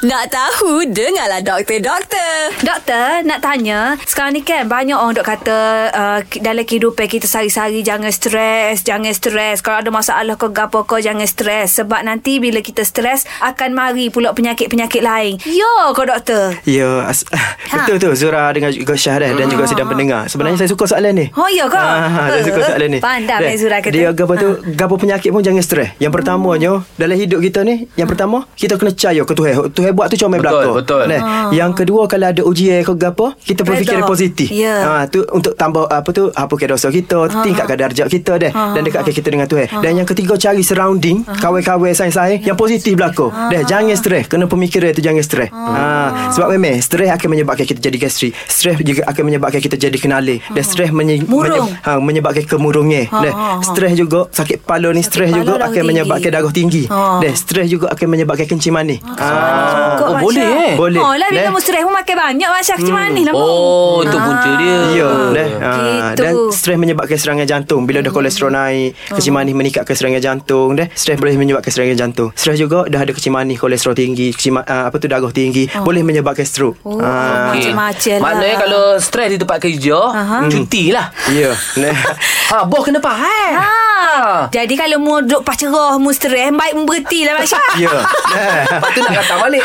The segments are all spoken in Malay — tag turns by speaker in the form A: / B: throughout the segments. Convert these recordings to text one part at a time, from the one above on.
A: Nak tahu, dengarlah doktor, doktor.
B: Doktor, nak tanya, sekarang ni kan banyak orang dok kata uh, ki- dalam kehidupan kita sehari-hari jangan stres, jangan stres. Kalau ada masalah ke gapo ke jangan stres sebab nanti bila kita stres akan mari pula penyakit-penyakit lain. Yo, kau doktor.
C: Ya as-
B: Ha.
C: Betul tu Zura dengan juga Syahran Dan juga sedang pendengar Sebenarnya saya suka soalan ni
B: Oh, ya ke?
C: Ah, Saya suka
B: Eh,
C: soalan ni
B: pandai,
C: Dan
B: Mek Zura kata. Ha.
C: Dia gapo tu Gapo penyakit pun jangan stres Yang pertamanya Dalam hidup kita ni Yang pertama Kita kena percaya ke Tuhan Tuhan buat tu comel
D: Betul,
C: belaka
D: betul.
C: Nah,
B: Ha.
C: Yang kedua Kalau ada ujian ke gapo Kita berfikir
B: Redha.
C: positif
B: Ya.
C: Ah, tu Untuk tambah apa tu Apa ke dosa kita Tingkatkan darjat kita deh Dan dekatkan kita dengan Tuhan Dan yang ketiga Cari surrounding Kawan-kawan sayang-sayang Ah, Yang positif Ah, belaka Deh jangan stres Kena pemikiran tu jangan stres ha, Sebab memang Stres akan menyebabkan kita jadi gastrik Stres juga akan menyebabkan kita jadi kenali Dan stres menye-
B: Murung.
C: menye- ha, menyebabkan kemurungan Deh stres juga Ah, Sakit kepala ni Stres
B: kepala
C: juga
B: darah
C: akan
B: tinggi.
C: menyebabkan darah tinggi
B: Ah.
C: Deh stres juga akan menyebabkan kencing manis Ah.
B: Kau,
D: oh,
B: Masya.
D: boleh, eh?
C: Boleh.
B: Oh, lah bila
C: Dah.
B: kamu stres pun makan banyak macam hmm. manis lah.
D: Oh, itu punca dia.
C: Ya dah.
B: Ah,
C: Ha,
B: gitu. Hmm.
C: dan stres menyebabkan serangan jantung. Bila dah kolesterol naik, kecil manis meningkatkan serangan jantung dah. Stres boleh menyebabkan serangan jantung. Stres juga dah ada kecil manis, kolesterol tinggi, kecil ma- ah, apa tu darah tinggi, boleh menyebabkan stroke.
B: Oh,
C: Ah.
D: Okey.
B: macam-macam lah.
D: Maknanya kalau stres di tempat kerja, uh-huh. cuti lah.
C: Ya. Nah.
D: Ha, bos kena faham. Ha.
B: Jadi kalau mu duk pacerah, mu stres, baik mu berhenti lah Masya.
C: Ya. Nah.
D: Lepas tu nak kata balik.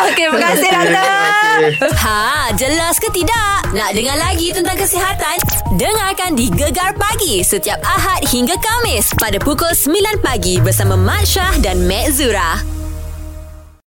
B: Okey, terima kasih doktor.
A: Ha, jelas ke tidak? Nak dengar lagi tentang kesihatan? Dengarkan di Gegar Pagi setiap Ahad hingga Kamis pada pukul 9 pagi bersama Mat Syah dan Mat Zura.